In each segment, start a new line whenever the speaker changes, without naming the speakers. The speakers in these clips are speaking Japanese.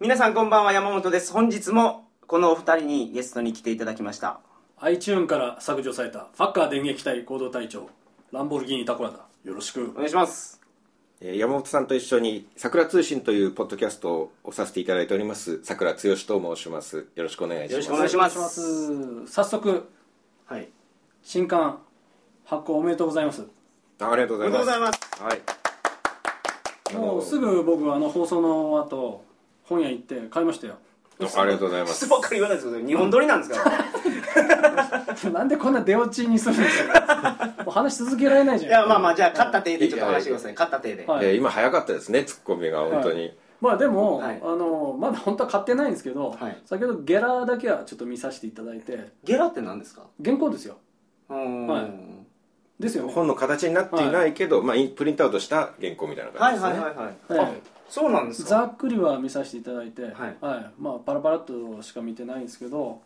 皆さんこんばんは山本です本日もこのお二人にゲストに来ていただきました
iTune から削除されたファッカー電撃隊行動隊長ランボルギーニタコラだよろしく
お願いします
えー山本さんと一緒に「桜通信」というポッドキャストをさせていただいております桜剛と申しますよろしくお願いし
よろ
ま
し
す
くお願いします
早速
はい
新刊発行おめでとうございます
あありがと
お
う
めで
ご
とうござ
ざ
い
い
ま
ますすはいあの
もうすぐ僕あの放送の後本屋行って買いましたよ
ありがとうございま
質
す
ばっかり言わないですけど日本撮りなんですからね
なんでこんな出落ちにするんで すかもう話し続けられないじ
い
ゃん
やまあまあじゃあ勝った手でちょっと話してください勝った手で
はい
えー今早かったですねツッコミが本当に、
はいまあでも、
はい
あのまだ本当は買ってないんですけど、
はい
先ほどゲラだけはちょっと見させていただいて
ゲラって何ですか
原稿ですよ
うーん
はいですよね
本の形になっていないけど、まあ、インプリントアウトした原稿みたいな
は
感
い
じ
は
ですね、
いはいはい
はい
あそうなんです
ざ
か
っくりは見させていただいて、はいまあ、パラパラっとしか見てないんですけど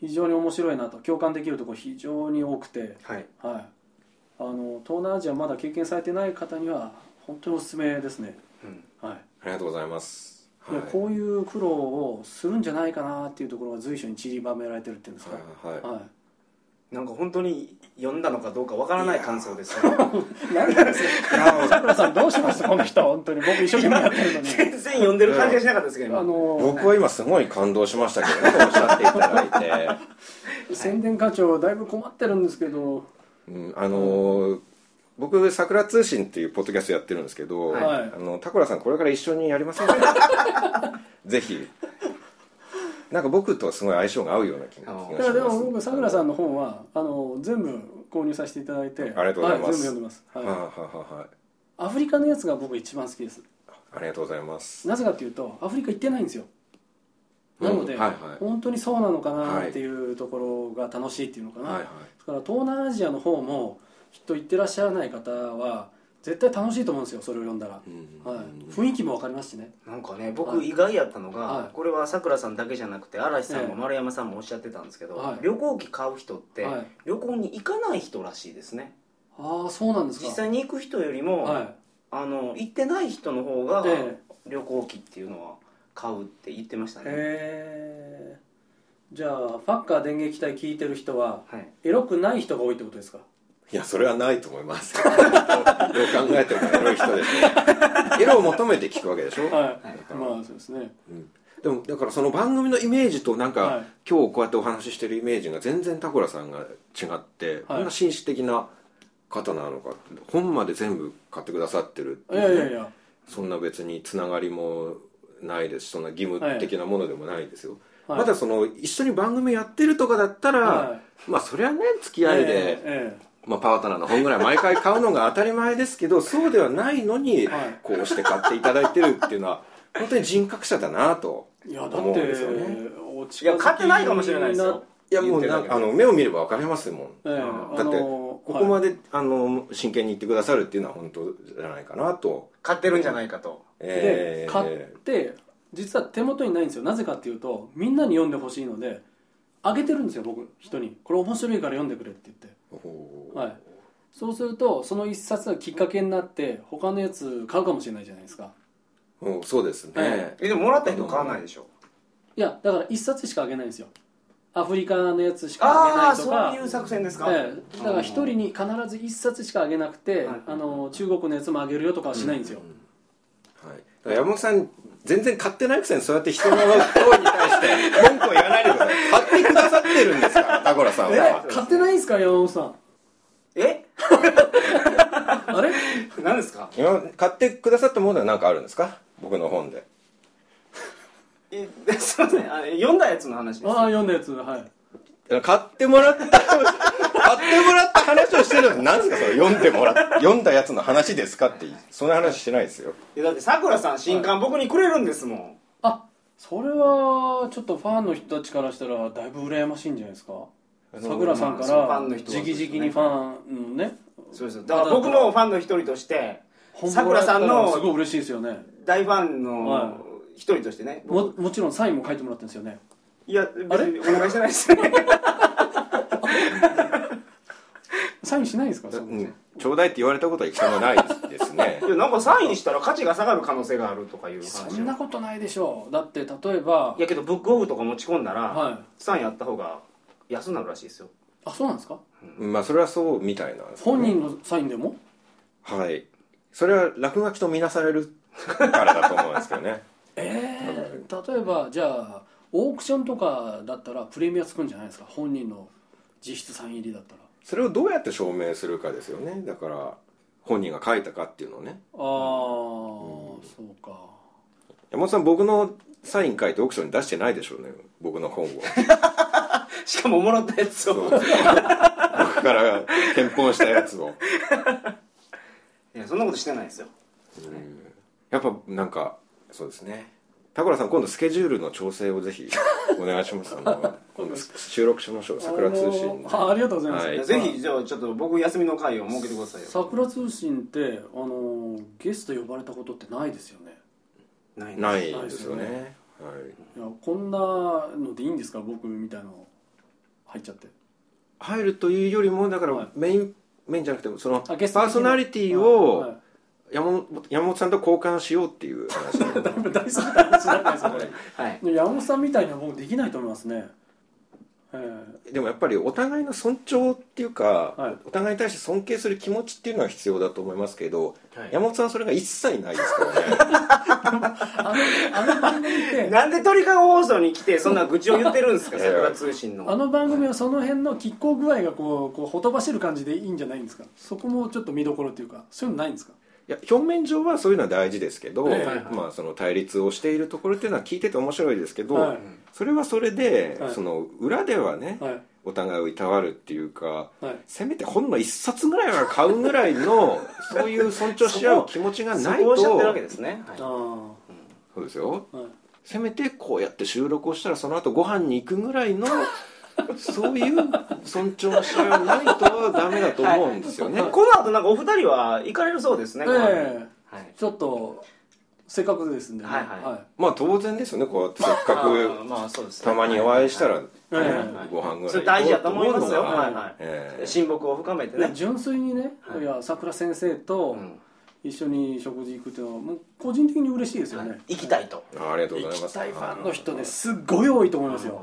非常に面白いなと共感できるところ非常に多くて、
はい
はい、あの東南アジアまだ経験されてない方には本当におすすめですね、
うん
は
ありがとうございます、
い
はい
でこういう苦労をするんじゃないかなっていうところが随所に散りばめられてるっていうんですか、
はいはい
はい
なんか本当に読んだのかどうかわからない感想ですね
何なんですかさくらさんどうしますこの人本当に僕一生懸命やってるの に
全然読んでる感じがしなかったですけど
あ
今
の
僕は今すごい感動しましたけどねおっしゃっていただいて
宣伝課長だいぶ困ってるんですけど
うんあのー僕「桜通信」っていうポッドキャストやってるんですけど、
はい
あのタコラさんこれから一緒にやりませ んかぜひなんか僕とはすごい相性が合うような気が気
お
がしま
だ
す
からでも僕さくらさんの本はあの全部購入させていただいてあり
ありがとうございます
全部読ん
は
で
いはい
ます、は
はいはい
い、アフリカのやつが僕一番好きです
ありがとうございます
なぜかというとアフリカ行ってないんですよ
うん
なので、
はいはい
本当にそうなのかなっていうところが楽しいっていうのかな、
はいはい
だから東南アジアの方もきっと行ってらっしゃらない方は絶対楽しいと思うんですよそれを読んだら、
うん
はい、雰囲気も分かりますしね
なんかね
は
僕
い
意外やったのが、
はい
これはさくらさんだけじゃなくて嵐さん
え
も
え
丸山さんもおっしゃってたんですけど、
はい
旅行機買う人って、
はい
旅行に行かない人らしいですね
ああそうなんですか
実際に行く人よりも、
は
あの行ってない人の方が
え
旅行機っていうのは買うって言ってました
い
ね、
えー、じゃあファッカー電撃隊聞いてる人は
はい、
エロくない人が多いってことですか
いやそれはないと思います どう考えてもエロい人でしょエロを求めて聞くわけでしょ、
はい、
はい
まあそうですね
でもだからその番組のイメージとなんか、
はい
今日こうやってお話ししてるイメージが全然タコラさんが違って、こんな紳士的な方なのか本まで全部買ってくださってるって
い
いう
や
ね、
いやいや
そんな別につながりもないですしそんな義務的なものでもないですよ、
はい
まだその一緒に番組やってるとかだったら、
は
まあそりゃね付き合いで、
ええええ
まあ、パートナーの本ぐらい毎回買うのが当たり前で すけどそうではないのに
はい
こうして買っていただいてるっていうのは本当に人格者だなと
いやだって
思うんですよね
お近づ
い
き
や買ってないかもしれないですよ
いやもうなんかあの目を見れば分かりますもん、
ええ
だって
あ
こ
の
こ
は
まで、あの真剣に言ってくださるっていうのは本当じゃないかなと、
買ってるんじゃないかと
いで買って実は手元にないんですよなぜかっていうとみんなに読んでほしいのであげてるんですよ僕人にこれ面白いから読んでくれって言って
ほう
はいそうするとその一冊がきっかけになって他のやつ買うかもしれないじゃないですか
うんそうですね、
え
えでももらった人買わないでしょ
いやだから一冊しかあげないんですよアフリカのやつしかあげ
あ
な
あ
いと
そう
か
いう作戦ですか、
ええだから一人に必ず一冊しかあげなくて、
はい
あの中国のやつもあげるよとかはしないんですよ、
はい、だから山本さん全然買ってないくせにそうやって人の声に対して文句を言わないでください買ってくださってるんで すからタコラさん
え
は
買ってないんですか山本さん
え
あれ
何ですか
今買ってくださったものは何かあるんですか僕の本で
え すいませんあの読んだやつの話です
ああ読んだやつはい
買ってもらった買ってもらった話をしてるのに何ですかそれ読んでもらっ読んだやつの話ですかってそんな話してないですよ
いやだってさくらさん新刊僕にくれるんですもん、
あそれはちょっとファンの人たちからしたらだいぶ羨ましいんじゃないですか
の
さくらさん
まあ
か
ファ
ら
ンの人はそう
直
ですね
々にファンのね
そうですよだから僕もファンの一人としてさくらさん
すごい
の
嬉しいですよね
大ファン
は
の一人としてね
も
僕
もちろんサインも書いてもらってるんですよね
いや別にお願いしてないですね
サインしないんですか
う、
そんなん
ちょうだいって言われたことは一回もないですね
いやなんかサインしたら価値が下がる可能性があるとかいう話
そんなことないでしょうだって例えば
いやけどブックオフとか持ち込んだら、
はい
サインやった方が安になるらしいですよ
あそうなんですか
まあそれはそうみたいなんですね
本人のサインでも
はいそれは落書きと見なされるからだと思うんですけどね
えー、例えばじゃあオークションとかだったらプレミアつくんじゃないですか本人の実質サイン入りだったら
それをどうやって証明するかですよねだから本人が書いたかっていうのをね
ああ、そうか
山本さん僕のサイン書いてオークションに出してないでしょうね僕の本を
しかももらったやつ
そう
を
ですよ僕から検本したやつを
いやそんなことしてないですよ
やっぱなんかそうですねタコラさん今度スケジュールの調整をぜひお願いしますあの今度収録しましょう桜通信
あのありがとうございます、
はい
ぜひじゃあちょっと僕休みの会を設けてくださいよ
桜通信ってあのーゲスト呼ばれたことってないですよね
ない
ないいんですよねはい
いやこんなのでいいんですか僕みたいなの入っちゃって
入るというよりもだから
はい
メイン、メインじゃなくてそのパ
あゲスト的
ー
な
ソナリテ
はい
ィを
は
山本山本さんと交換しようっていう話 なんで
い大好きな話だったんですよこれ
はい
山本さんみたいには僕できないと思いますねええ
でもやっぱりお互いの尊重っていうか、
はい
お互いに対して尊敬する気持ちっていうのは必要だと思いますけど、
はい
山本さんはそれが一切ないです からね
あのあの番組 って
なんで鳥かご放送に来てそんな愚痴を言ってるんですか
いやいや
桜通信の
あの番組はその辺の拮抗具合がこうこうほとばしる感じでいいんじゃないんですかそこもちょっと見どころというかそういうのないんですか
いや表面上はそういうのは大事ですけど、
はいはい
はい
まあ、その対立をしているところっていうのは聞いてて面白いですけど、
はい
それはそれで、
はい
その裏ではね、
はい
お互いをいたわるっていうか
はい
せめて本の一冊ぐらいは買うぐらいのそういう尊重し合う気持ちがない
そ
と
こをおっしゃってる
そ
わけですね、はい
ああ
うですよ
はい
せめてこうやって収録をしたらその後ご飯に行くぐらいのそういう尊重のし合いはないとダメだと思うんですよね、
この後なんかお二人は行かれるそうですね、ご飯に
え
はい
えちょっとせっかくですんでね
はいはい
まあ当然ですよねこうやってせっ
あ
か
ー
く
まあそうですね
たまにお会いしたら、
は
ね
はいはい
ご飯ぐらい行こう
それ大事だと思いますよ
思うの
は
が
いはい
ええ
親睦を深めてね
ね、純粋にね、
はい
い、や桜先生と
うん
一緒に食事行くっていうのはもう個人的に嬉しいですよね、
行きたいと
あありがとうござ
行
います
きたいファンの人ですっごい多いと思いますよ、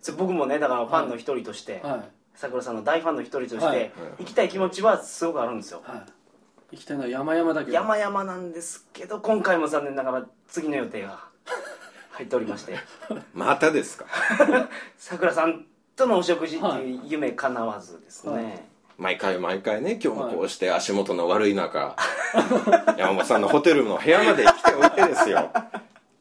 それ僕もねだからファンの一人として、
はい
桜さんの大ファンの一人として、
はい
行きたい気持ちはすごくあるんですよ、
はい、行きたいのは山々だけど
山々なんですけど今回も残念ながら次の予定が入っておりまして
またですか
桜さんとのお食事って
はい
いう夢かなわずですね、
はい
毎回毎回ね今日もこうして足元の悪い中、山本さんのホテルの部屋まで来ておいてですよこ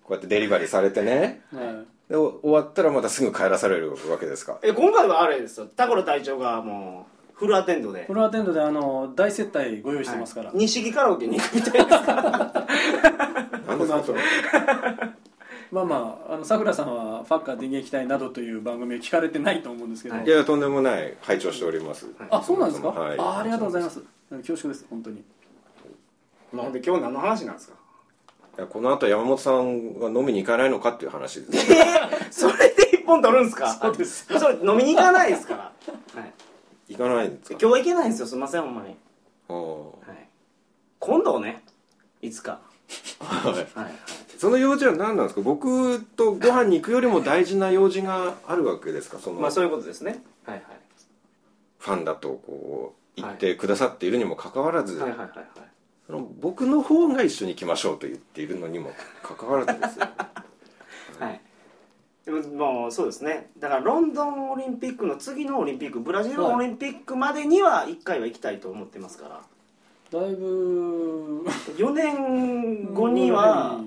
うやってデリバリーされてね
はい
でお終わったらまたすぐ帰らされるわけですか
え今回はあれですよタコロ隊長がもうフルアテンドで
フロアテンドであの大接待ご用意してますから、
はい錦カラオケに行くみたいですから
何ですかそれ
まあまああのさくらさんは「ファッカー電撃隊」などという番組を聞かれてないと思うんですけど、
はい
いやとんでもない拝聴しております
あそうなんですか、
はい
あありがとうございます恐縮です本当に
まあ、ほんで今日何の話なんですか
いやこの後山本さんが飲みに行かないのかっていう話です
えー、それで一本取るんですか
そうです
それ飲みに行かないです から、はい、
行かないんです
今
か
日は行けないんですよすいませんほんまに、
あー
はい、今度ねいつか
はい
はい
その用事は何なんですか僕とご飯に行くよりも大事な用事があるわけですかその
まあそういうことですねはいは
ファンだとこう言ってくださっているにもかかわらず、
いはいはいはいはい
その僕の方が一緒に行きましょうと言っているのにもかかわらずですよ
はいでももうそうですねだからロンドンオリンピックの次のオリンピックブラジルオリンピックまでには1回は行きたいと思ってますから
だいぶ
4年後には、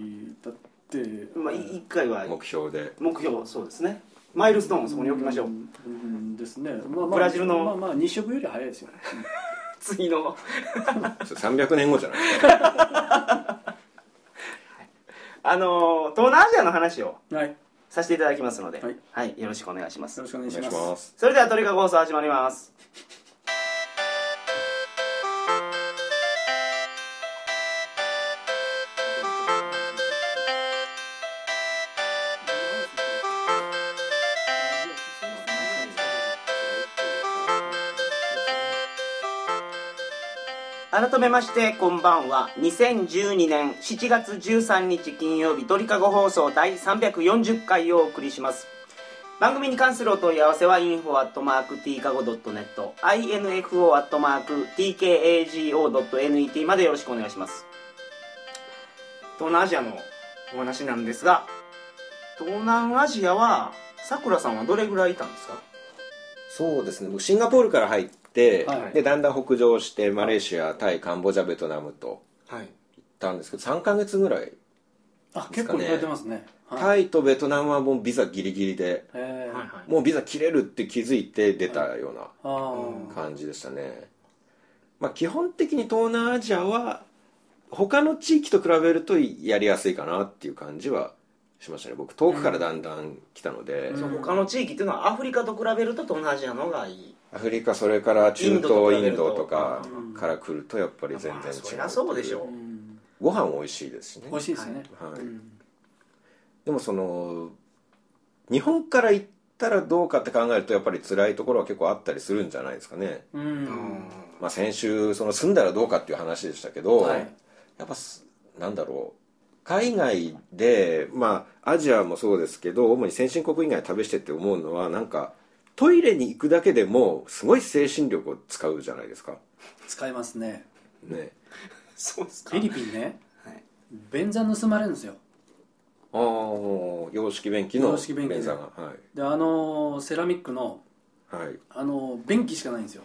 だって
まあ、1回は
目標で
目標そうですねマイルストーンをそこに置きましょう、
んんですね、まあまあ、
ブラジルの
まあまあ日食よりは早いですよね
次の
それ300年後じゃないですか
あのー東南アジアの話を
はいよ
させていただきますので、
はい
よろしくお願いします
ろしくお
お
願い
願い
し
し
ます
ます
それではトリカゴ放送始まります
あ
改めましてこんばんは2012年7月13日金曜日鳥かご放送第340回をお送りします番組に関するお問い合わせは info.tkago.net info.tkago.net までよろしくお願いします東南アジアのお話なんですが東南アジアはさくらさんはどれぐらいいたんですか
そうですね僕シンガポールから入って、
はい
でだんだん北上してマレーシアタイカンボジアベトナムと
はい
行ったんですけど3ヶ月ぐらい、
あ結構行かれてますね
タ
い、
イとベトナムはもうビザギリギリで
えー
はいはい
もうビザ切れるって気づいて出たよう
あー
うん
な感じでしたね、まあ、基本的に東南アジアは他の地域と比べるとやりやすいかなっていう感じはしましたね僕遠くからだんだん来たので、
うん
そう他の地域っていうのはアフリカと比べると東南アジアの方がいい
アフリカそれから中
インド
東
と比べ
イ
る
ン
と
ドとか
うん
から来るとやっぱり全
ま
然
あ
違う、
そりゃそうでしょ
うん
ご飯美味しいですしね
美味しいですね、
はい
うん
でもその日本から行ったらどうかって考えるとやっぱり辛いところは結構あったりするんじゃないですかね、
うん
まあ、先週その住んだらどうかっていう話でしたけど、
はい
やっぱすなんだろう海外でまあアジアもそうですけど主に先進国以外旅してって思うのはなんかトイレに行くだけでもすごい精神力を使うじゃないですか
使いますね
ね
そうです
フィリピンね
はい
便座盗まれるんですよ
ああ洋式便器の
洋式便器の
便座がは
であのーセラミックの
い、はい、
あのー便器しかないんですよ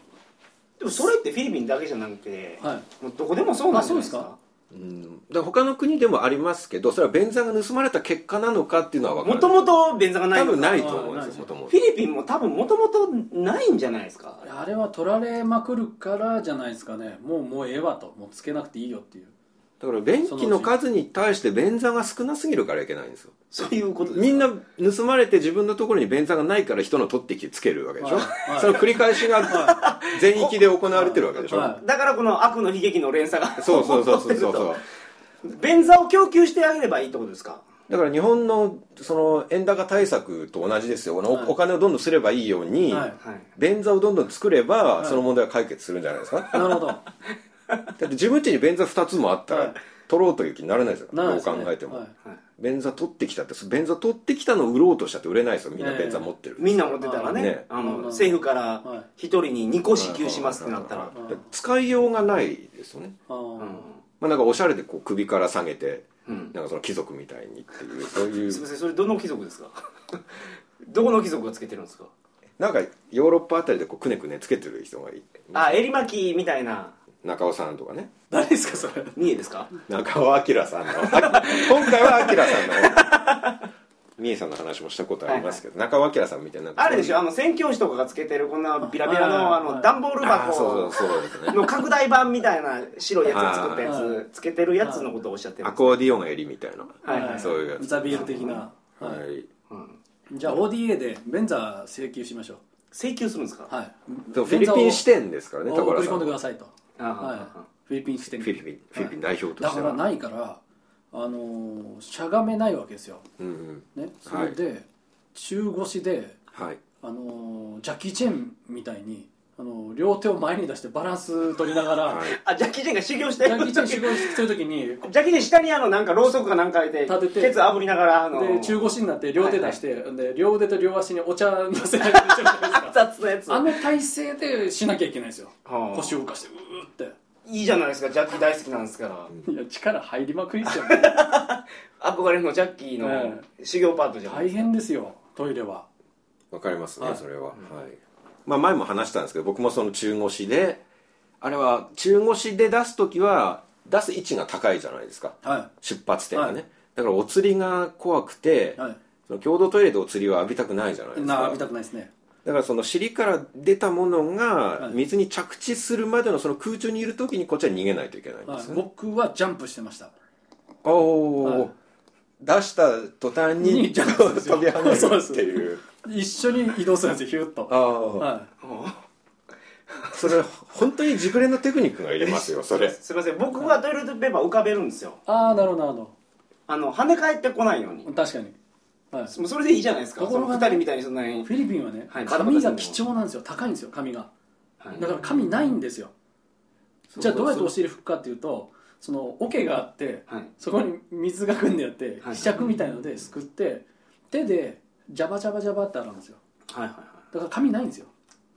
でもそれってフィリピンだけじゃなくて、
はい
もうどこでもそうなんじゃないです
あ
か
うん、だから他の国でもありますけどそれは便座が盗まれた結果なのかっていうのは分か
も
る
ともと便座がない
多
のか
分ないと思うんですよ
あ
もとも
フ
と
ィリピンも多分もともとないんじゃないですか
あれは取られまくるからじゃないですかねもうもうええわともうつけなくていいよっていう
だから便器の数に対して便座が少なすぎるからいけないんですよ
そういうことですか
みんな盗まれて自分のところに便座がないから人の取ってきてつけるわけでしょ、
はいはい
その繰り返しが全域で行われてるわけでしょ、
は
だからこの悪の悲劇の連鎖が
そうそうそうそうそう
起こ
そ
って
う
ると便座を供給してあげればいいってことですか
だから日本のその円高対策と同じですよ、
はい
おお金をどんどんすればいいように、
はい
はい
便座をどんどん作れば、
はい
その問題は解決するんじゃないですか
なるほど
だって自分家に便座2つもあったら、
はい
取ろうという気にならないですよ
なるほ
どう考えても、
はい
はい
便座取ってきたってそ便座取ってきたのを売ろうとしたって売れないですよみんな便座持ってる、
みんな持ってたらね
ね
あ
うん
の政府から
はい
一人に2個支給しますってなったら、
はいだから使いようがないですよね、
あー
うん
まあ、なんかおしゃれでこう首から下げて
うん、
なんかその貴族みたいにっていうそうい
すみま
う
せんそれどの貴族ですか どこの貴族がつけてるんですか
なんかヨーロッパあたりでこうくねくねつけてる人がいて
あ襟巻きみたいな
中尾さんとかね
誰ですかそれ
三重ですか
中尾明さんの 今回は明さ んの三重さんの話もしたことありますけど、中尾明さんみたいななんか
あれでしょあの宣教師とかがつけてるこんなビラビラの
は
あ
いはいはい
の段ボール
あーそ
箱
うそうそうですね
の拡大版みたいな白いやつを作ったや
はいはい
つつけてるやつのことをおっしゃってる
アコーディオン襟みたいな
はいはい
そういうやつ
ザビエル的な、
はい、
うん
じゃあ ODA で便座請求しましょ
請求するんですか
うはい
でもフィリピン支店ですからね
便座を送
高原
り込
さ
ん
ん
でくだ
は
さいと
ああ
はいフィリピン支店
フィリピンフィリピン代表と
だ
して
か
は、
らないからあのーしゃがめないわけですよ、
うんうん
ね、それで、中腰で
はい
あのージャッキー・チェンみたいにあのー両手を前に出してバランス取りながら、
はい
あジャッキー・チェンが修行し
ジ
て
ャッキー・チェン
る
仕事してる 時に
ジャッキー・チェン下にあのなんかろうそくかなんかいて
立てて
ケツ炙りながらあの
で中腰になって両手出して、で両腕と両足にお茶乗せられてる じゃないですか
雑なやつ
あの体勢でしなきゃいけないんですよ
はあ
腰を浮かしてうーっ
いいじゃないですかジャッキー大好きなんですから
ていや力入りまく りですよね
憧れのジャッキーの修行パートじゃない
大変ですよトイレは
わかりますね、
はい
それは、はいまあ、前も話したんですけど僕もその中腰であれは中腰で出す時は出す位置が高いじゃないですか
は
出発点がね、
はい
だからお釣りが怖くて、
い、は
その共同トイレでお釣りは浴びたくないじゃないで
い、
す
な
か
浴びたくないですね
だからその尻から出たものが
い
水に着地するまでのその空中にいる時にこっちは逃げないといけないん
は
で
い
すよね、
僕はジャンプしてました
おおー、
はい
出した途端
に
に
ジ
飛
ャンプですよ
び跳ね
そう
る
です
っていう
一緒に移動するんですよヒュッと
ああ、
は
それ本当に熟練のテクニックがいりますよそれ
すいません僕はトイレットペーパー浮かべるんですよ
い、ああなるほどなるほ
あの跳ね返ってこないように
ど確かに、はい、
もうそれでいいじゃないですか
とこ
そ
ろ
の
が
二
ね
人みたいにそんなに
フィリピンはね、
はい
紙が貴重なんですよ高いんですよ紙が
はい
だから紙ないんですよじゃあどうやってお尻拭くかっていうとその桶があって
はい
そこに水が汲んであって
はい
ひしゃくみたいのですくって手でジャバジャバジャバって洗うんですよ
はいはい
だから髪ないんですよ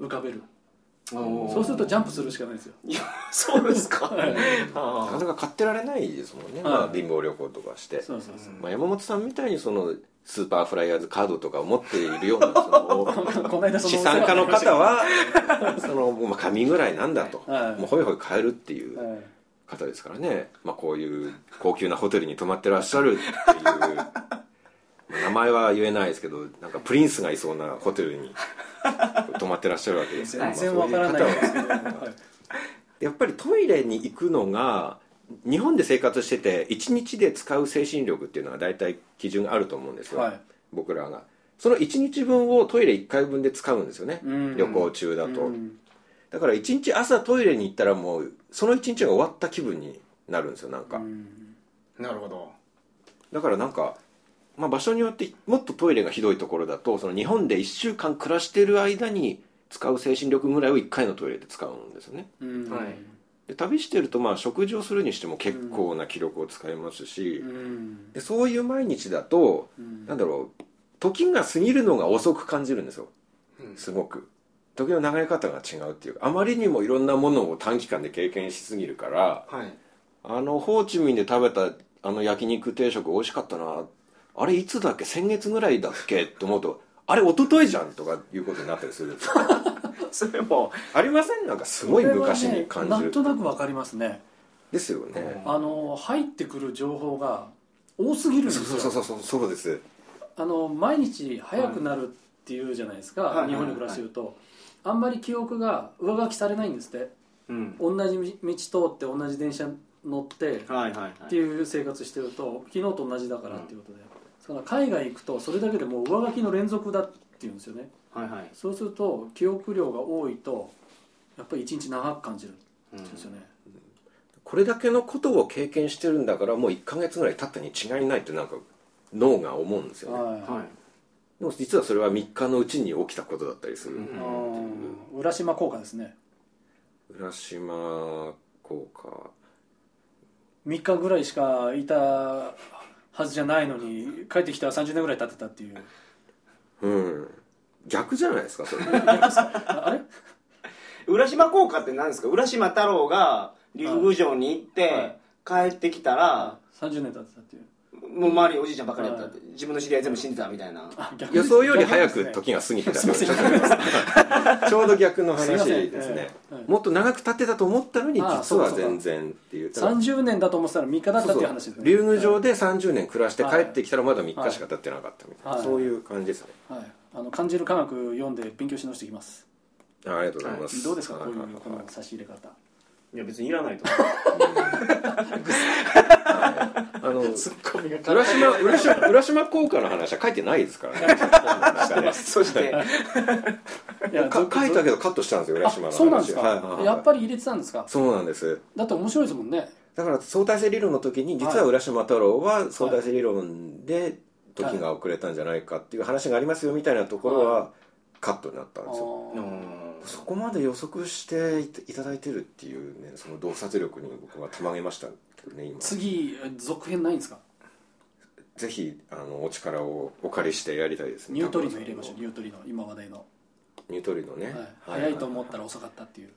浮かべる
はい
そうするとジャンプするしかないんですよ
いやそうですか
はい
なか
あ
なか買ってられないですもんね、
はい
まあ、貧乏旅行とかして、
そうそうそう
まあ、山本さんみたいにそのスーパーフライヤーズカードとかを持っているような その
この間その
資産家の方は そのもうまあ紙ぐらいなんだと、
はい
もうほいほい買えるってい
は
う
い
方ですからね、まあ、こういう高級なホテルに泊まってらっしゃるっていうまあ名前は言えないですけどなんかプリンスがいそうなホテルに泊まってらっしゃるわけですから
全然わからない
まあ
ん
そういう
で
方は
すけどはい
やっぱりトイレに行くのが日本で生活してて1日で使う精神力っていうのは大体基準あると思うんですよ、
はい
僕らがその1日分をトイレ1回分で使うんですよね、
うん
旅行中だと、
うん
だから1日朝トイレに行ったらもうその1日が終わった気分になるんですよなんか、
うん
なるほど
だからなんか、まあ、場所によってもっとトイレがひどいところだとその日本で1週間暮らしてる間に使う精神力ぐらいを1回のトイレで使うんですよね
うん
はい
で旅してるとまあ食事をするにしても結構な記録を使いますし、
うん
でそういう毎日だと、
うん
なんだろう時が過ぎるのが遅く感じるんですよ
うん
すごく時の流れ方が違うっていうかあまりにもいろんなものを短期間で経験しすぎるから
はい
あのホーチミンで食べたあの焼肉定食美味しかったなあれいつだっけ先月ぐらいだっけと思うと あれ一昨日じゃんとかいうことになったりするんですよ
それも
ありませんなんかすごい昔に感
これはねな
じる、
んとなくわかりますね
ですよね
あの入ってくる情報が多すぎるんです
そ
よ
うそうそうそうそうです
あの毎日早くなるっていうじゃないですか、
はい
日本に暮らしてると、あんまり記憶が上書きされないんですって
うん
同じ道通って同じ電車乗って
はいはいは
っ
い
ていう生活してると昨日と同じだからっていうことで、だから海外行くとそれだけでもう上書きの連続だっていうんですよね
はいはい
そうすると記憶量が多いとやっぱり一日長く感じるって
うん
いうんですよね、
これだけのことを経験してるんだからもう1ヶ月ぐらい経ったに違いないってなんか脳が思うんですよね、
はい、
はい
でも実はそれは3日のうちに起きたことだったりする、
うん
あー浦島効果ですね
浦島効果
3日ぐらいしかいたはずじゃないのに帰ってきたら30年ぐらい経ってたっていう
うん逆じゃないですかそれ
あれ
浦島効果って何ですか浦島太郎が竜宮城に行って帰ってきたら
30年経ってたっていう
もう周りおじいちゃんばっかりやったって自分の知り合い全部死んでたみたいな
あ逆
予想よ
逆
り
で
早
すね
く時が過ぎてたち
すいません
ょうど逆の
すいま
話
せん
ですね
ええはい
もっと長く経ってたと思ったのに
ああ
実
そうか
は
そうか
全然っていう
30年だと思ってたら3日だったっていう話ですね
竜宮城で30年暮らして帰ってきたらまだ3日しか経ってなかったみたいな、
はい
そういう感じですね
はい、あの感じる科学読んで勉強し直してきます
あありがとうございます、
どうですかこうい
は
うこ
は
の差し入れ方
いや別にいらないと
あの
ツッコミが
浦島浦島浦島効果の話は書いてないですからね本の中で
そして
いや
か書いた
け
けどカットしたんですよ浦島の話
そうなんですか、
はいはいはい
やっぱり入れてたんですか
そうなんです
だって面白いですもんね
だから相対性理論の時に実は浦島太郎は相対性理論で時が遅れたんじゃないかっていう話がありますよみたいなところはカットになったん
あ
ですよ、
ー
そこまで予測していただいてるっていうねその洞察力に僕はたまげましたけどね今
次続編ないんですか
ぜひあのお力をお借りしてやりたいですね
ニュートリノ入れましょうニュートリノ今話題の、
ニュートリノね、
はい、早いと思ったら遅かったっていう、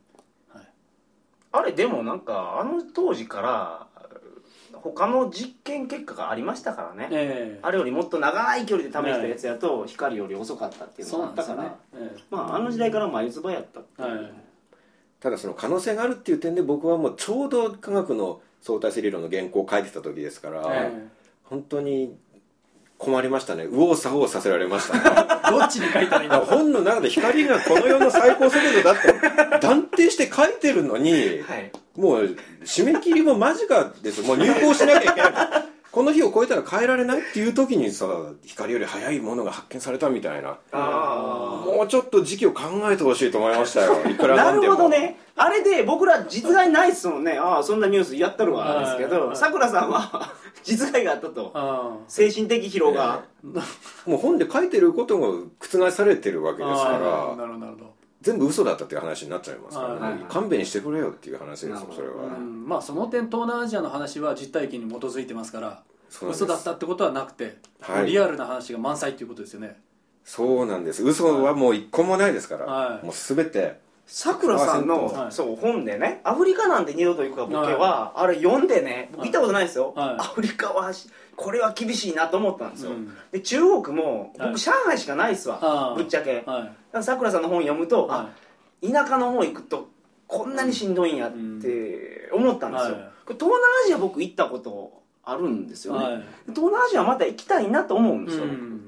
はい、
あれでもなんかあの当時から他の実験結果がありましたからね
ええ
あれよりもっと長い距離で試したやつやと光より遅かったっていうの
そう
があっ
なんで
たか
すよね
ら、
ええ
まああの時代から眉唾やったっていう
はい
ただその可能性があるっていう点で僕はもうちょうど科学の相対性理論の原稿を書いてた時ですから、
え
本当に困りましたね右往左往させられました、 ね、
えどっちに書いたらいいの
本の中で光がこの世の最高速度だって断定して書いてるのに、
はい
もう締め切りも間近ですもう入稿しなきゃいけないこの日を超えたら変えられないっていう時にさ光より早いものが発見されたみたいな
あ
もうちょっと時期を考えてほしいと思いましたよいく
あ
ら
な
なんで
る
も
ほどねあれで僕ら実害ないっすもんねああそんなニュースやったるわですけ
は
ど
い
さくらさんは実害があったと
あ
精神的疲労が、
もう本で書いてることが覆されてるわけです
あ
か
な
ら
るほどなるほど
全部嘘だったっていう話になっちゃいますから、
はいはい
はい
勘弁してくれよっていう話ですよそれ
なる
は
ほど
うんまあその点東南アジアの話は実体験に基づいてますから
そうなんです
嘘だったってことはなくて、
はい
リアルな話が満載っていうことですよね
そうなんです嘘はもう一個もないですから、
はい
もう全て
さくらさん
は
の
い
そう本でねアフリカなんて二度と行くかボケはあれ読んでね僕
はい
見たことないですよ
はい
アフリカはしこれは厳しいなと思ったんですよ
うん
で中国も
はい
僕上海しかないっす
あ
わ
ー
ぶっちゃけだか
は
らさくらさんの本読むと
い
あ
は
田舎の方行くとこんなにしんどいんやって思ったんですよ
はい
これ東南アジア僕行ったことあるんです
い
よね
はい
東南アジアまた行きたいなと思うんで
う
すよ
ん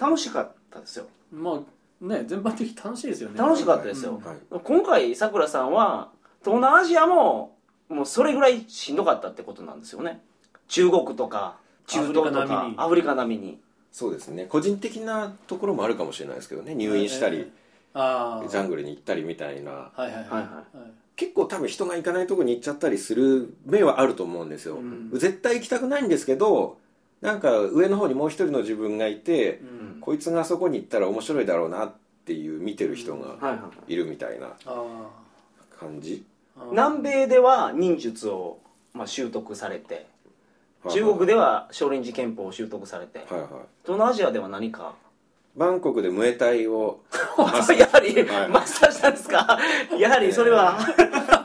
楽しかったですよ
まあね全般的に楽しいですよね
楽しかったですよ、
うん
はい
今回さくらさんは東南アジアももうそれぐらいしんどかったってことなんですよね中国とか中東と
アフリカ並
か
みに
アフリカ並みに
そうですね個人的なところもあるかもしれないですけどね入院したり、
ああ
ジャングルに行ったりみたいな
はいはい
は
はいい
は
はい
結構多分人が行かないとこに行っちゃったりする目はあると思うんですよ、
ん
絶対行きたくないんですけどなんか上の方にもう一人の自分がいて、
うん
こいつがそこに行ったら面白いだろうなっていう見てる人が
はいはい
るみたいな
あー
感じ、
あー
南米では忍術を、まあ、習得されて中国では少林寺拳法を習得されて東
はいはい
南アジアでは何か
バンコクでムエタイを
やはり
はい
マッサージしたんですかやはりそれは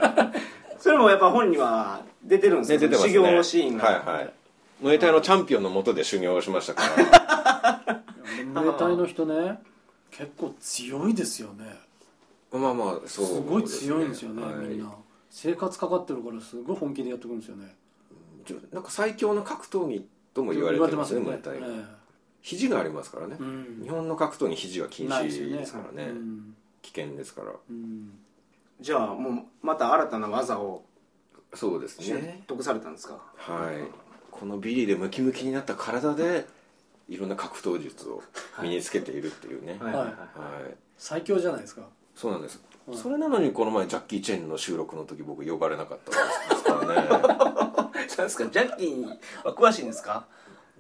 それもやっぱ本には出てるんです
ね
よ
出てますね
修行のシーンが、
はいはいムエタイのチャンピオンのもとで修行をしましたから
ムエタイの人ね結構強いですよね
まあまあそう
すごい強いんですよね
はい
みんな生活かかってるからすごい本気でやってくるんですよね
ちょなんか最強の格闘技とも言われてますねムエタイが
え
肘がありますからね、
えうん
日本の格闘技肘は禁
ないですよ
止
ね
ですからね
うん
危険ですから
うん
じゃあもうまた新たな技を
そうです
習
ね
得されたんですか、
はいこのビリでムキムキになった体でいろんな格闘術を身につけているっていうね、
はいはいはい
はい
最強じゃないですか
そうなんです、
はい
それなのにこの前ジャッキー・チェンの収録の時僕呼ばれなかったですからね
なんですかジャッキーは詳しいんですか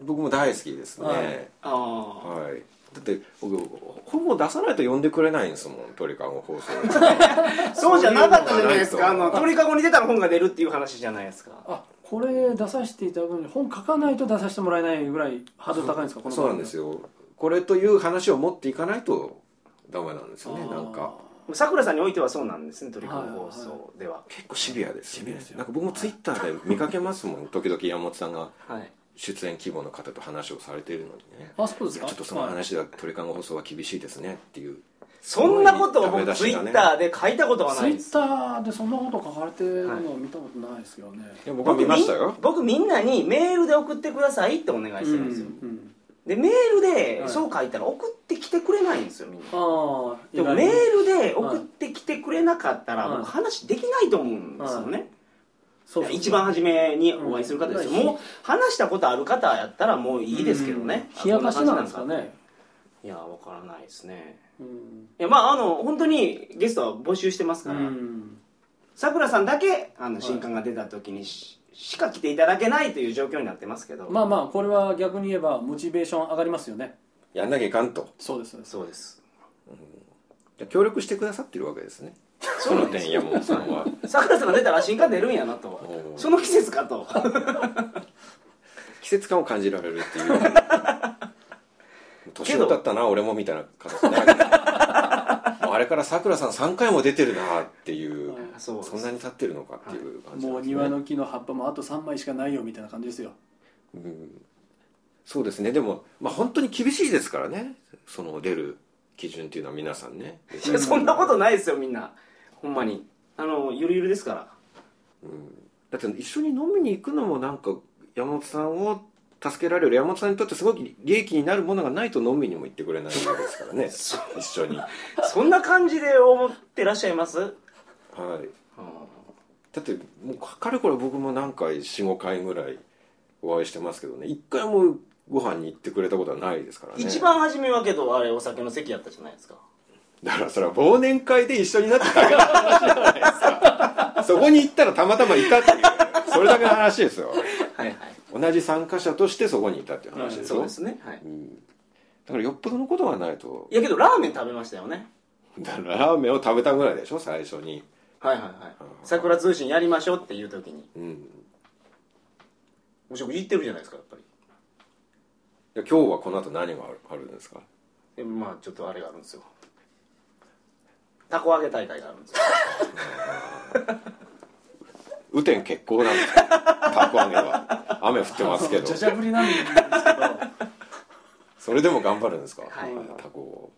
僕も大好きですね、
は
はいい
あ
だって僕ほぼ出さないと呼んでくれないんですもん鳥かご放送
あそうじゃなかったじゃないですか
そういうの
あの鳥かごに出たら本が出るっていう話じゃないですか
あこれ出させていただくのに本書かないと出させてもらえないぐらいハードル高いんですかこの
そうなんですよこれという話を持っていかないとダメなんですよね
ね
なんか
さくらさんにおいてはそうなんですね鳥かご放送では
結構シビアですよ
シビア
ね
ですよ
なんか僕もツイッターで見かけますもん時々山本さんが
はい、
出演希望の方と話をされているのにね
あそうです
い
か
やちょっとその話では鳥かご放送は厳しいですねっていう
そんなことを
ダメ
僕
出
ツイ
しが
ッ
ね
ターで書いたことは
ツ
な
イ
いです
ッターでそんなこと書かれてるのを見たことないですよね、
いや僕は見ましたよ
僕みんなにメールで送ってくださいってお願いしてるんですよ、
うん
でメール
は
で
い
そう書いたら送ってきてくれないんですよみんな
ああ
でもメールで送ってきてくれなかったら
はい
僕話できないと思うんですよね、
そうそうそう
一番初めにお会いする方ですよ、
うん
もう話したことある方やったらもういいですけどね、
うん冷やかしなんですかね
いやわからないですね
うん
いやまああの本当にゲストは募集してますから
うん
さくらさんだけあの
い
新刊が出た時にし,、か来ていただけないという状況になってますけど、
まあまあこれは逆に言えばモチベーション上がりますよね
やんなきゃいかんと
そうですそうです
そうです
じゃあ協力してくださってるわけですね
そ
そう
な
の
んです
点山本さんは
さくらさんが出たら新刊出るんやなと
おー
その季節か と
季節感を感じられる っていう年を経ったな俺もみたいな感じであれからさくらさん3回も出てるなっていう
はい
そうです
そんなに経ってるのかっていう感じ
も
な
うん
ですね
庭の木の葉っぱもあと3枚しかないよみたいな感じですよ
うんそうですねでも、まあ、本当に厳しいですからねその出る基準っていうのは皆さんね、
いやそんなことないですよみんなほんまにあのゆるゆるですから
うん、だって一緒に飲みに行くのもなんか山本さんを助けられる山本さんにとってすごく利益になるものがないと飲みにも行ってくれないわけですからね一緒に、は
そんな感じで思ってらっしゃいます
い、だってもうかれこれ僕も何回45回ぐらいお会いしてますけどね一回もご飯に行ってくれたことはないですからね
一番初めはけどあれお酒の席やったじゃないですか
だからそれは忘年会で一緒になってたから話じゃないですかそこに行ったらたまたまいたっていうそれだけの話ですよ
はいはい
同じ参加者としてそこにいたっていう話でしょ、
そうですねはい
うんだからよっぽどのことがないと
いやけどラーメン食べましたよね
だからラーメンを食べたぐらいでしょ最初に
はいはいはい桜通信やりましょうっていう時に
うん
お食事行ってるじゃないですかやっぱり
で今日はこの後何があるあるんですか
でまあちょっとあれがあるんですよたこ揚げ大会があるんですよ
雨天決行なんですよたこ揚げは雨降ってますけど
じゃじゃ降り なんですけど
それでも頑張るんですか、
はい
たこを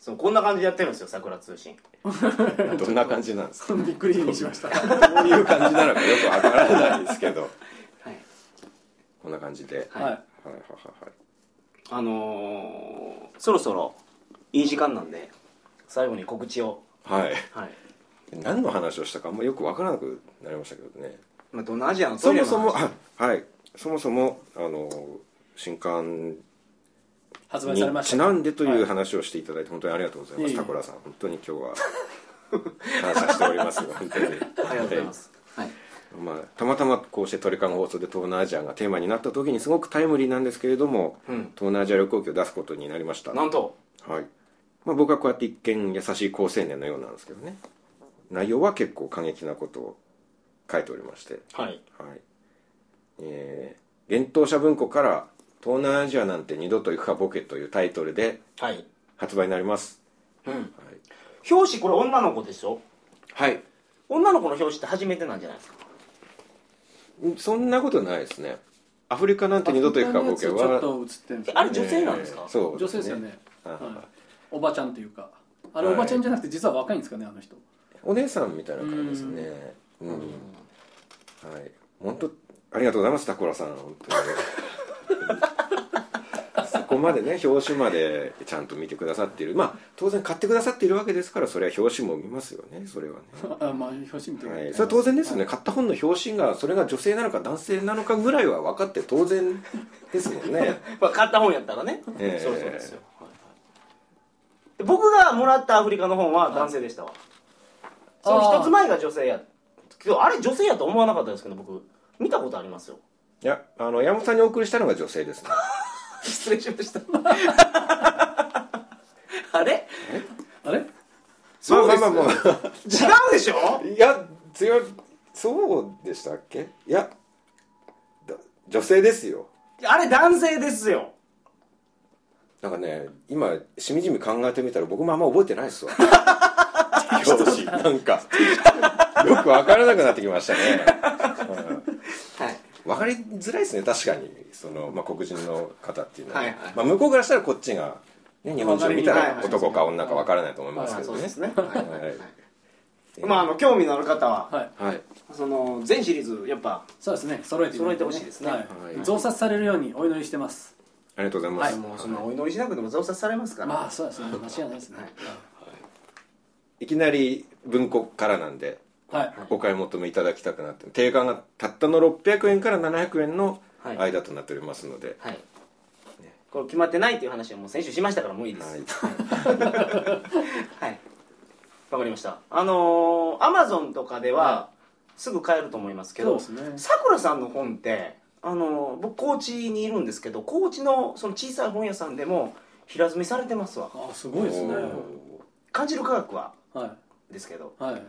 そうこんな感じでやってるんですよ桜通信
どんな感じなんですか
びっくりしました
どういう感じなのかよくわからないですけど
はい
こんな感じで、
はい、
はいはいはい
あのー、そろそろいい時間なんで最後に告知を
はいはい
はい、
何の話をしたかあんまよくわからなくなりましたけどね
まあ、東南アジアのト
そ
イレ
も
の話
そもあはいそもそもあの新刊
発売されま
に
し
ち
た
なんでという話をしていただいて本当にありがとうございま
いえ
す
いえ
タコラさん本当に今日は感謝しております本当に
ありがとうございます、はい、
まあ、たまたまこうして「トリカの放送」で東南アジアがテーマになった時にすごくタイムリーなんですけれども、
うん
東南アジア旅行記を出すことになりました
なんと
はいまあ、僕はこうやって一見優しい好青年のようなんですけどね内容は結構過激なことを書いておりまして、
はい
はいえー「厳冬者文庫から東南アジアなんて二度と行くかボケ」というタイトルで
はい
発売になります
うん
はい、
表紙これ女の子でしょ
はい
女の子の表紙って初めてなんじゃないですか
んそんなことないですねアフリカなんて二度と行くかボケ
ちょっ
は
と映ってるんです
え
よね
あれ女性なんですか、
えーそう
女性ですよね
あ
はいおばちゃんというかあれ
はい
おばちゃんじゃなくて実は若いんですかねあの人
お姉さんみたいな感じですねうん、はい本当ありがとうございますタコラさん本当に そこまでね表紙までちゃんと見てくださっているまあ当然買ってくださっているわけですからそれは表紙も見ますよねそれはね、
あまあ表紙見て
はい、それは当然ですよね
はい
買った本の表紙がそれが女性なのか男性なのかぐらいは分かって当然ですもんね
まあ、買った本やったらね、
ええ
そうそうですよ、はいはいで僕がもらったアフリカの本は男性でしたわ、その一つ前が女性やけどあれ女性やと思わなかったですけど僕見たことありますよ
いやあの山本さんにお送りしたのが女性ですね
失礼しました あれ
あれ
そうです
まあまあまあまあ
違うでしょ
いや強いそうでしたっけいやだ女性ですよ
あれ男性ですよ
なんかね今しみじみ考えてみたら僕もあんま覚えてない っすわ表紙なんかよく分からなくなってきましたね、
はい
分かりづらいですね確かにその、まあ、黒人の方っていうのは、
はいはい
まあ、向こうからしたらこっちが、ね、日本人を見た
はい
ら
はい
男か女か分からないと思いますけどね、
はい
はい
まああの興味のある方は、
はい
はい
その全シリーズやっぱ
そうですね揃えて
揃えてほしいですね
は
はい
い増刷されるようにお祈りしてます
ありがとうございます、
もうそのお祈りしなくても増刷されますから、
まあそうですね間違いないですね
いきなり文庫からなんで
はい
お買い求めいただきたくなって定価がたったの600円から700円の
はい
間となっておりますので、
はいこれ決まってないっていう話はもう先週しましたからもういいです
は
はいいわ、かりましたあのアマゾンとかでは
は
すぐ買えると思いますけど
そうですね
さくらさんの本ってあのー僕高知にいるんですけど高知のその小さい本屋さんでも平積みされてますわ
あすごいですね
感じる科学は
は
ですけど
いはい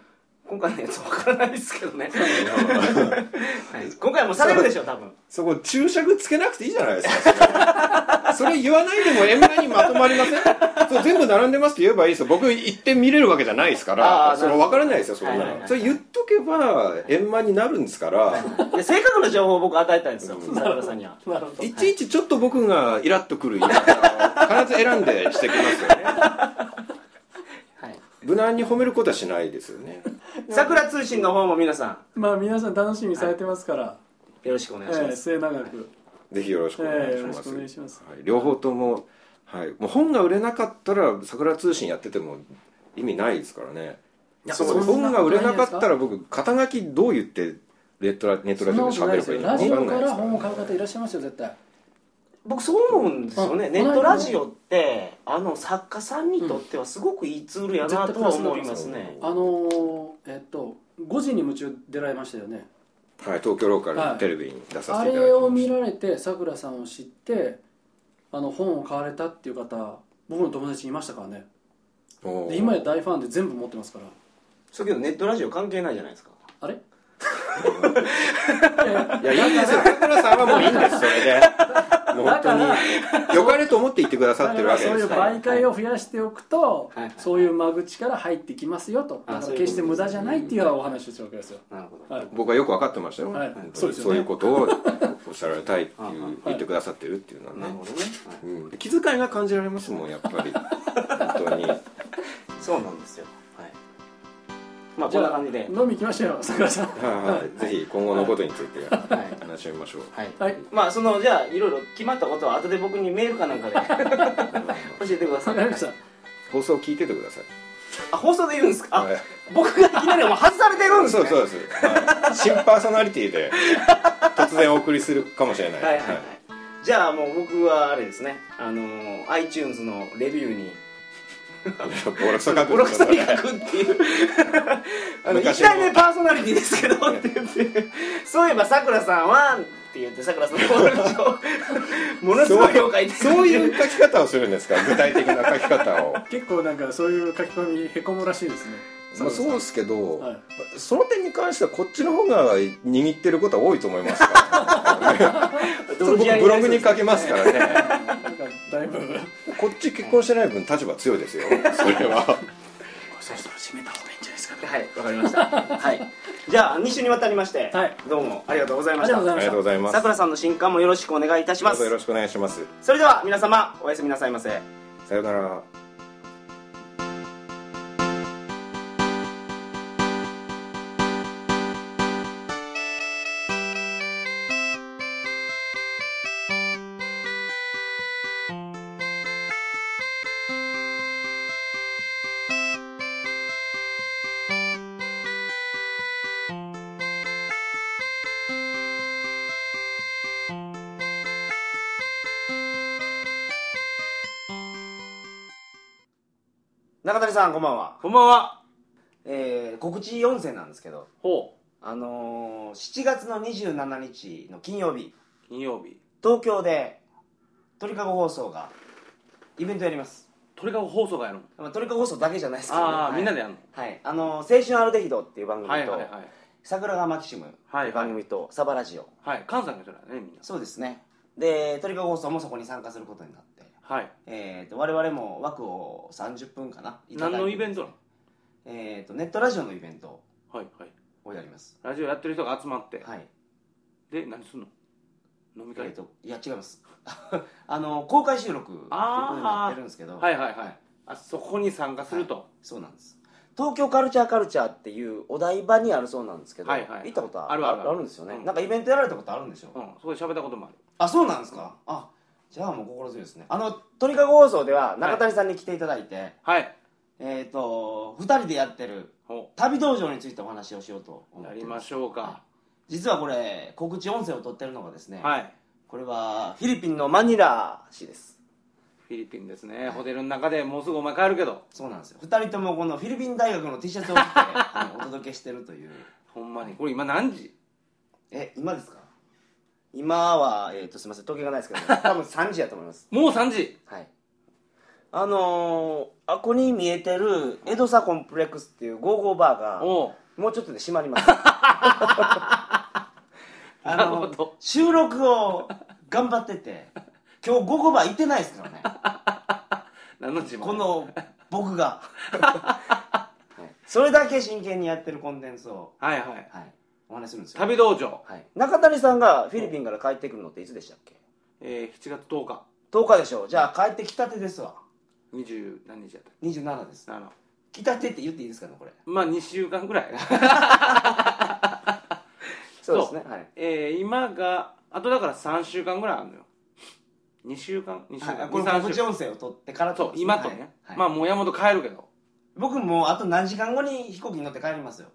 今回のやつわからないですけどね、 はい、今回もされるでしょ多分
そこ注釈つけなくていいじゃないですかそれそれ言わないでも円満にまとまりませんそう全部並んでますって言えばいいですよ僕行って見れるわけじゃないですか
あ
ら
ー
それ分からないですよそんな
はいはいは
の
い
それ言っとけば円満になるんですから
で正確な情報を僕与えたいんですよさくらさんには
なるほど
いちいちちょっと僕がイラッとくる言い方を必ず選んでしてきますよね
はい
無難に褒めることはしないですよ ね
さくら通信の方も皆さ
まあ皆さん楽しみにされてますから
んよろしくお願いし
え
ま
え
す、
末永く
ぜひよろしくお願
え
いします。
えよろしくお願いします
はい、両方とも、はい、もう本が売れなかったら、桜通信やってても。意味ないですからね。
いや
そう
そんなこと
本が売れなか
ない
っ
で
た
す
ら、僕、肩書きどう言って。ネットラ、ネッ
そ
トラ
ん
ジ
な
オ
こ
で
とないです
喋ればい
よ
い
ラジオから
わん
本
な
を買う方
い
い
で
らっしゃいますよ絶対
僕そう思うんですよね
あ
ネットラジオってあの作家さんにとってはすごくいいツールやなとは思いますね
あのーえっと5時に夢中出られましたよね
すから。はい、東京ローカル
は
の
い
テレビに出させていた
あ
だいて。
れを見られてさくらさんを知ってあの本を買われたっていう方僕の友達にいましたからね
おー
で今や大ファンで全部持ってますから
それけどネットラジオ関係ないじゃないですか
あれ
いやいいですよ高倉さんはもういいんですそれでもう本当
だか
に良かれと思って言ってくださってるわけ
そう
で
い
す
う
か
媒介を増やしておくと、
はいはい
そういう間口から入ってきますよと
あ
だか
そ
ら
ういうこと
決して無駄じゃないっていうお話をしてるわけですよ
なるほど
はい
僕はよく分かってましたよ、
はい
本当に
そうですよね
いうことをおっしゃられたいってい、
はいうはい
言ってくださってるっていうのはね
なるほどね、はい
うん、気遣いが感じられますもんやっぱり本当に
そうなんですよはいまあ
じ
こん
ゃ
な
あ
感じで
飲み行きましょうよ桜さん
はいぜひ今後のことについて
はい
話し合いましょう
はい
はい
まあそのじゃあいろいろ決まったことは後で僕にメールかなんか で教えてくださ
わ
い
かりました
放送を聞いててください
あ放送で言うんですか、
はい
あ僕がいきなりもう外されてるんです
そ
ね
うそうです、はい新パーソナリティで突然お送りするかもしれない
はいはいはいじゃあもう僕はあれですねあのー iTunes のレビューに
ボロクソ書く
ボロクソに書くっていうあの1
昔の
代目パーソナリティですけどって言ってそういえばさくらさんはって言ってさくらさんの悪口をものすごい量書いて
そうそういう書き方をするんですか具体的な書き方を
結構なんかそういう書き込みへこむらしいですね
まあ、そうですけど、
はい
その点に関してはこっちの方が握ってることは多いと思います から、それ
同時や
僕
り
ブ
た
ロ
い
グに書きますからね
なんかだいぶ
こっち結婚してない分立場強いですよ それは
そろそろ締めた方がいいんじゃないですか
はいわかりましたはいじゃあ2週にわたりまして、
はい
どうもありがとうござい
あり
まし
がとうござ
あ
いま
り
し
がとう
た
ござい
た
ます
さく
ど
らさんの新刊もよろしくお願いいたしま
うぞよ
す
ろしくお願いします
それでは皆様おやすみなさいませ
さようなら
中谷さんこんばんは
こんばんは
えー告知4選なんですけど
ほ
あのー、7月の27日の金曜日
う金曜日
東京で鳥かご放送がイベントやります、
トリガー放送がやるの
まあ、鳥かご放送だけじゃないですけど、
ああ、
はい
みんなでやるの
はいあのー青春アルデヒド」っていう番組と「
はいはいはい
桜川マキシム」っていう番組と「サバラジオ
はい菅さんがそれだねみんな」
そうですねで鳥かご放送もそこに参加することになって、
はい
えー、と我々も枠を30分かな
何のイベ
ント、
ントなの
えー、とネットラジオのイベント
はいはい
をやります
ラジオやってる人が集まって
はい
で何すんの飲み
えー、
会
といや違います あの公開収録っていうことになってるんですけど
はいはいはいあそこに参加すると
そうなんです東京カルチャーカルチャーっていうお台場にあるそうなんですけど、
はいはい
行ったことは
あるあるある
あるんですよね、
うん
なんかイベントやられたことあるんでしょ、
うんそこで喋ったこともある
あそうなんですかあじゃあもう心強いですねあの鳥かご放送では中谷さんに来ていただいて、
はい
えっ、と2人でやってる
お
旅道場についてお話をしようと思っ
や
て
りましょうか
実はこれ告知音声を取ってるのがですね、
はい
これはフィリピンのマニラ市です
フィリピンですねホテルの中でもうすぐお前帰るけど
そうなんですよ2人ともこのフィリピン大学の T シャツを着てあのお届けしてるという
ほんまにこれ今何時
え今ですか今はえっ、とすみません時計がないですけど、多分3時やと思います
もう3時
はいあのー、あここに見えてるエドサコンプレックスっていうゴーゴーバーが
おう
もうちょっとで閉まりますあ
なる
の
ほど
収録を頑張ってて今日ゴーゴーバー行ってないですからね
何の時まで
この僕 が、はいそれだけ真剣にやってるコンテンツを、
はいはい
はい、お話しするんですよ、
旅道場
はい、中谷さんがフィリピンから帰ってくるのっていつでしたっけ
えー7月10日
10日でしょうじゃあ帰ってきたてですわ
20何日やっ
27です
たあの
きたてって言っていいですかねこれ
まあ2週間ぐらい
そうですねはい
えー今があとだから3週間ぐらいあるのよ2週間2週
はい、
間、
あこれ
2-3
告知
週間
音声を取ってからって
そ
こ
う
とです
今とね、
はい
まあ
はい
もう山本帰るけど
僕もあと何時間後に飛行機に乗って帰りますよ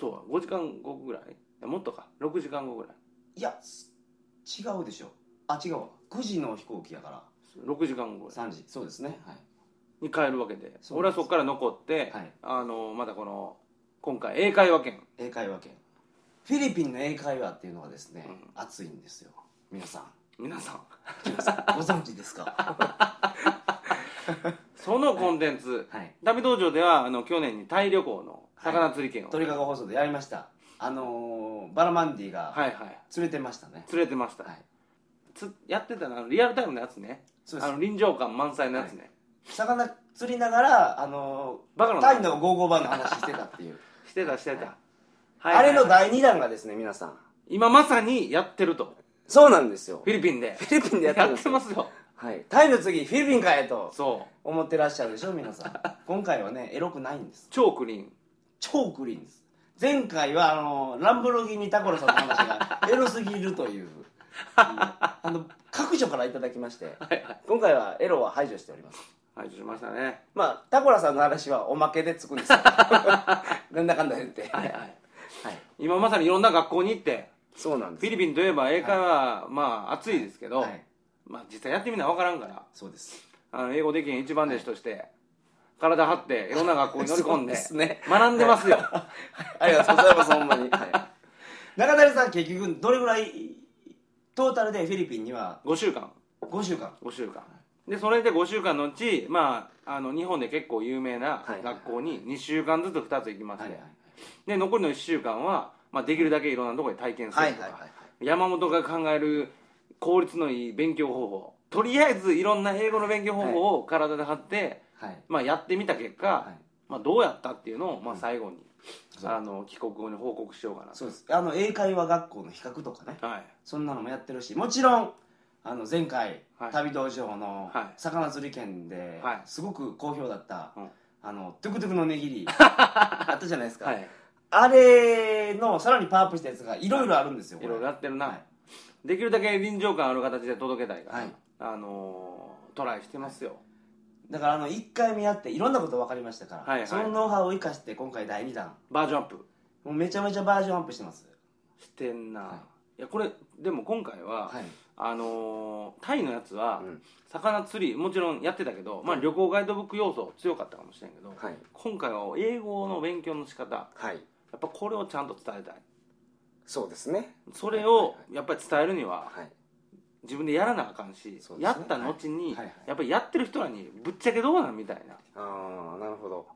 そう5時間後ぐらいいやもっとか6時間後ぐらい
いやす違うでしょあ違うわ9時の飛行機やから
6時間後ぐらい
3時そうですねはい
に帰るわけで
そう
俺はそこから残って、
はい
あのまだこの今回英会話圏
英会話圏フィリピンの英会話っていうのはですね、
うん
熱いんですよ皆さん
皆さん
皆さんご存知ですか
そのコンテンツ、
はい
旅道場ではあの去年にタイ旅行の魚釣り券を、はい、
鳥かご放送でやりましたあのーバラマンディが
はい
釣れてましたね、
釣れてました、
はい
つやってたのあのリアルタイムのやつね
そうで
あの臨場感満載のやつね、
す魚釣りながらあの
バカ
ー
な
タイの55番の話してたって いう、
してたしてた、
あれの
だ
第2弾がですね皆さん
今まさにやってると
そうなんですよ
フィリピンで
フィリピンでやって
や
るん
っ
です
て
よ
ますよ
はい、タイの次フィリピンかえと
そう
思ってらっしゃるでしょ皆 さん今回はねエロくないんです
超クリーン
超クリーンです前回はあのランボルギーニタコロさんの話 がエロすぎるという、うんあの各所からいただきまして今回はエロは排除しております
はいしましたね
まあタコラさんの話はおまけでつくんです よなんだかんだ言って
はいはい、今まさにいろんな学校に行って
そうなんです
フィリピンといえば英会話、まあ暑いですけど、
はい
まあ実際やってみな分からんから
そうです
あの英語できへん一番弟子として、体張っていろんな学校に乗り込んで
そうですね
学んでますよ、
ありがとうございますほんまに、はい、中谷さん結局どれぐらいトータルでフィリピンには
5週間
5週間
5週間でそれで5週間のうち、まあ、あの日本で結構有名な
はい
学校に2週間ずつ2つ行きまして、
はいはい
で残りの1週間は、まあ、できるだけいろんなところで体験す
は
る
い
とか、
はいはい
山本が考える効率のいい勉強方法とりあえずいろんな英語の勉強方法を体で張って、
はい
まあ、やってみた結果、
はい
まあ、どうやったっていうのを、まあ、最後に、
そう
あの帰国後に報告しようかなと
そうですあの英会話学校の比較とかね
はい
そんなのもやってるしもちろんあの前回、
はい
旅道場の
はい
魚釣り券で、
はい
すごく好評だった、
うん
あのトゥクトゥクのおにぎ りあったじゃないですか、
はい
あれのさらにパワーアップしたやつがいろいろあるんですよ、
いろいろやってるな、
はい
できるだけ臨場感ある形で届けたいから、
はい
あのートライしてますよ、
だからあの1回目やっていろんなこと分かりましたから、
はいはい
そのノウハウを生かして今回第2弾
バージョンアップ
もうめちゃめちゃバージョンアップしてます
してんな、、
はい
やこれでも今回は、
はい
あのータイのやつは、
うん
魚釣りもちろんやってたけど、まあ、旅行ガイドブック要素強かったかもしれんけど、
はい
今回は英語の勉強の仕方や
はい
っぱこれをちゃんと伝えたい
そうですね
それをやっぱり伝えるには
はい
自分でやらなあかんし、
そうです
や
ね
った後に、
はいはい
やっぱりやってる人らにぶっちゃけどうなんみたいな
ああなるほど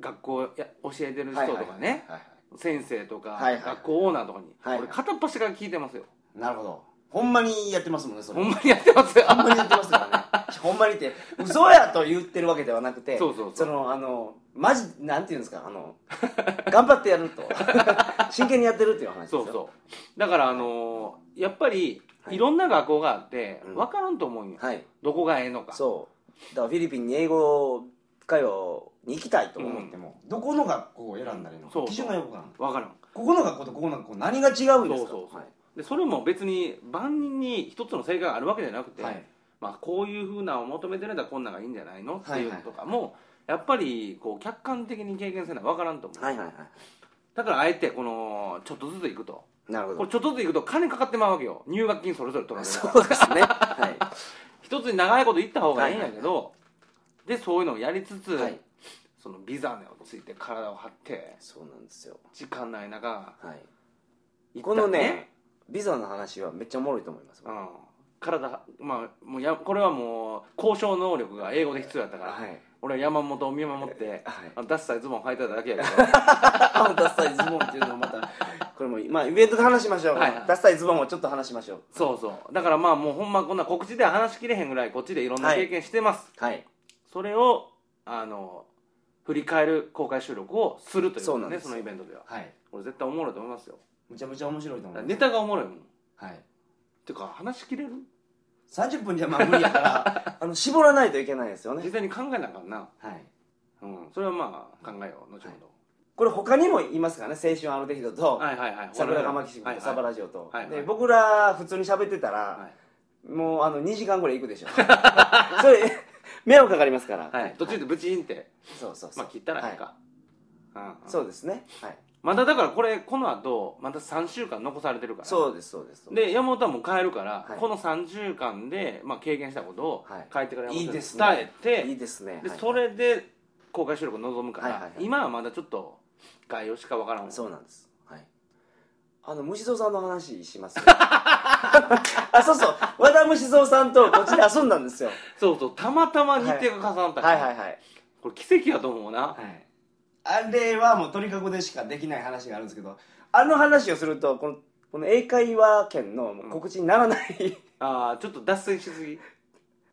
学校や教えてる人とかね、
はいはい
先生とか、
はいはい
学校オーナーとかに、
はいはい
俺片っ端から聞いてますよ、
なるほどほんまにやってますもんねそれ
ほんまにやってますよ
ほんまにやってますからねほんまにって嘘やと言ってるわけではなくて
そうそうそう
のあのマジなんていうんですかあの頑張ってやる と真剣にやってるっていう話です
そ
よ
うそうだからあのーやっぱり
はい
いろんな学校があって
うん
分からんと思うんよ、
はい
どこがええのか
そうだからフィリピンに英語会話に行きたいと思っても、どこの学校を選んだらいいの
そ
か
うそう
基準がよくわからん
分からん
ここの学校とここの学校何が違うんですか
そうそうそうでそれも別に万人に一つの正解があるわけじゃなくて、
はい、はい
まあ、こういうふうなのを求めてるんだこんなんがいいんじゃないのって
はいはい
いうのとかも、やっぱりこう客観的に経験せな分からんと思う、
はいはいは
だからあえてこのちょっとずつ行くと
いなるほ
こ
ど
れちょっとずつ行くと金かかってまうわけよ入学金それぞれ取られるから
そうです ねはい
一つに長いこと行った方がいいんやけど、でそういうのをやりつつ、
はい
そのビザネをついて体を張って
そうなんですよ
時間ない中
はい
行った
このね、ビザの話はめっちゃおもろいと思います、
うん、体まあもうやこれはもう交渉能力が英語で必要だったから、
はい
俺は山本を見守って、
はい
あのダッサいズボン履いてただけやけ
あのダッサいズボンっていうのをまたこれもまあイベントで話しましょう、
はいはい
ダッサいズボンをちょっと話しましょう
どそうそうだからまあもうほんまこんな告知では話しきれへんぐらいこっちでいろんな経験してます、
はい
それをあの振り返る公開収録をするという
そう
ね
なんです
そのイベントでは
はい
これ絶対おもろいと思いますよ
むちゃむちゃ面白いと思います
ネタがおもろいもん
はい
てか話しきれる
30分じゃまあ無理やから あの絞らないといけないですよ
実
ね
際に考えなあかんな、
はい
うん、それはまあ考えよう後ほ
これ他にもいますからね青春アルデヒドと、
どはいはいはい
桜川マキシム
はい
と
は
サ
い
バラジオと、
はいはい
で僕ら普通に喋ってたら、
はい
もうあの2時間ぐらい行くでしょ それ迷惑かかりますから、
はい、途中でブチンって、
そうそうそう、
まあ、切ったらいいか、うん
そうですねはい
まだだからこれこの後また3週間残されてるから
そうですそうですそう
で山本はもう帰るから、
はい
この3週間で、まあ、経験したことを
はい
帰ってから山
いい
本に
で
伝
すね
えて、
いいですね
で
はい
それで公開収録を望むから、
はいはいはい
今はまだちょっと概要しかわからん
そうなんですはいあの虫蔵さんの話します あそうそう和田虫蔵さんとこっちで遊んだんですよ
そうそうたまたま日程が重なったから、
はいはいはい、
これ奇跡やと思うな、
はい、あれはもう鳥かごでしかできない話があるんですけどあの話をするとこのこの英会話圏の告知にならない、
ああちょっと脱線しすぎ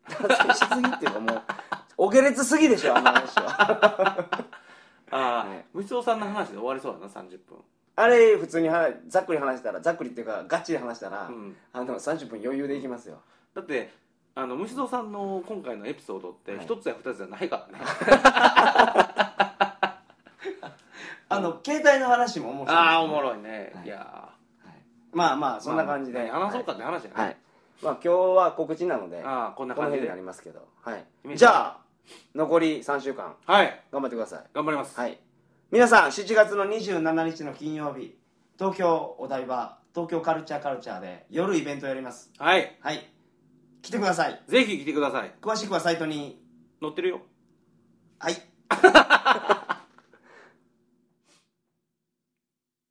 達成しすぎっていうかもうお下劣すぎでしょあの話は
ああ、
はい
虫蔵さんの話で終わりそうだな30分
あれ普通に話ざっくり話したらざっくりっていうかガチで話したら、
うん
あの30分余裕でいきますよ
だってあの虫蔵さんの今回のエピソードって
はい
一つや二つじゃない からね、
あの携帯の話も面白い
ああおもろいね、
はい
い、や
まあまあ
ー
そんな感じで、
まあ話そうかって話じゃ
は
ない
い、まあ今日は告知なので
ああこんな
この
感
辺に
じで
なりますけど、はい
イメー、ジ
じゃあ残り3週間
はい
頑張ってください
頑張ります、
はい皆さん7月の27日の金曜日東京お台場東京カルチャーカルチャーで夜イベントやります
はい、
はい来てください
ぜひ来てください
詳しくはサイトに
載ってるよ
はい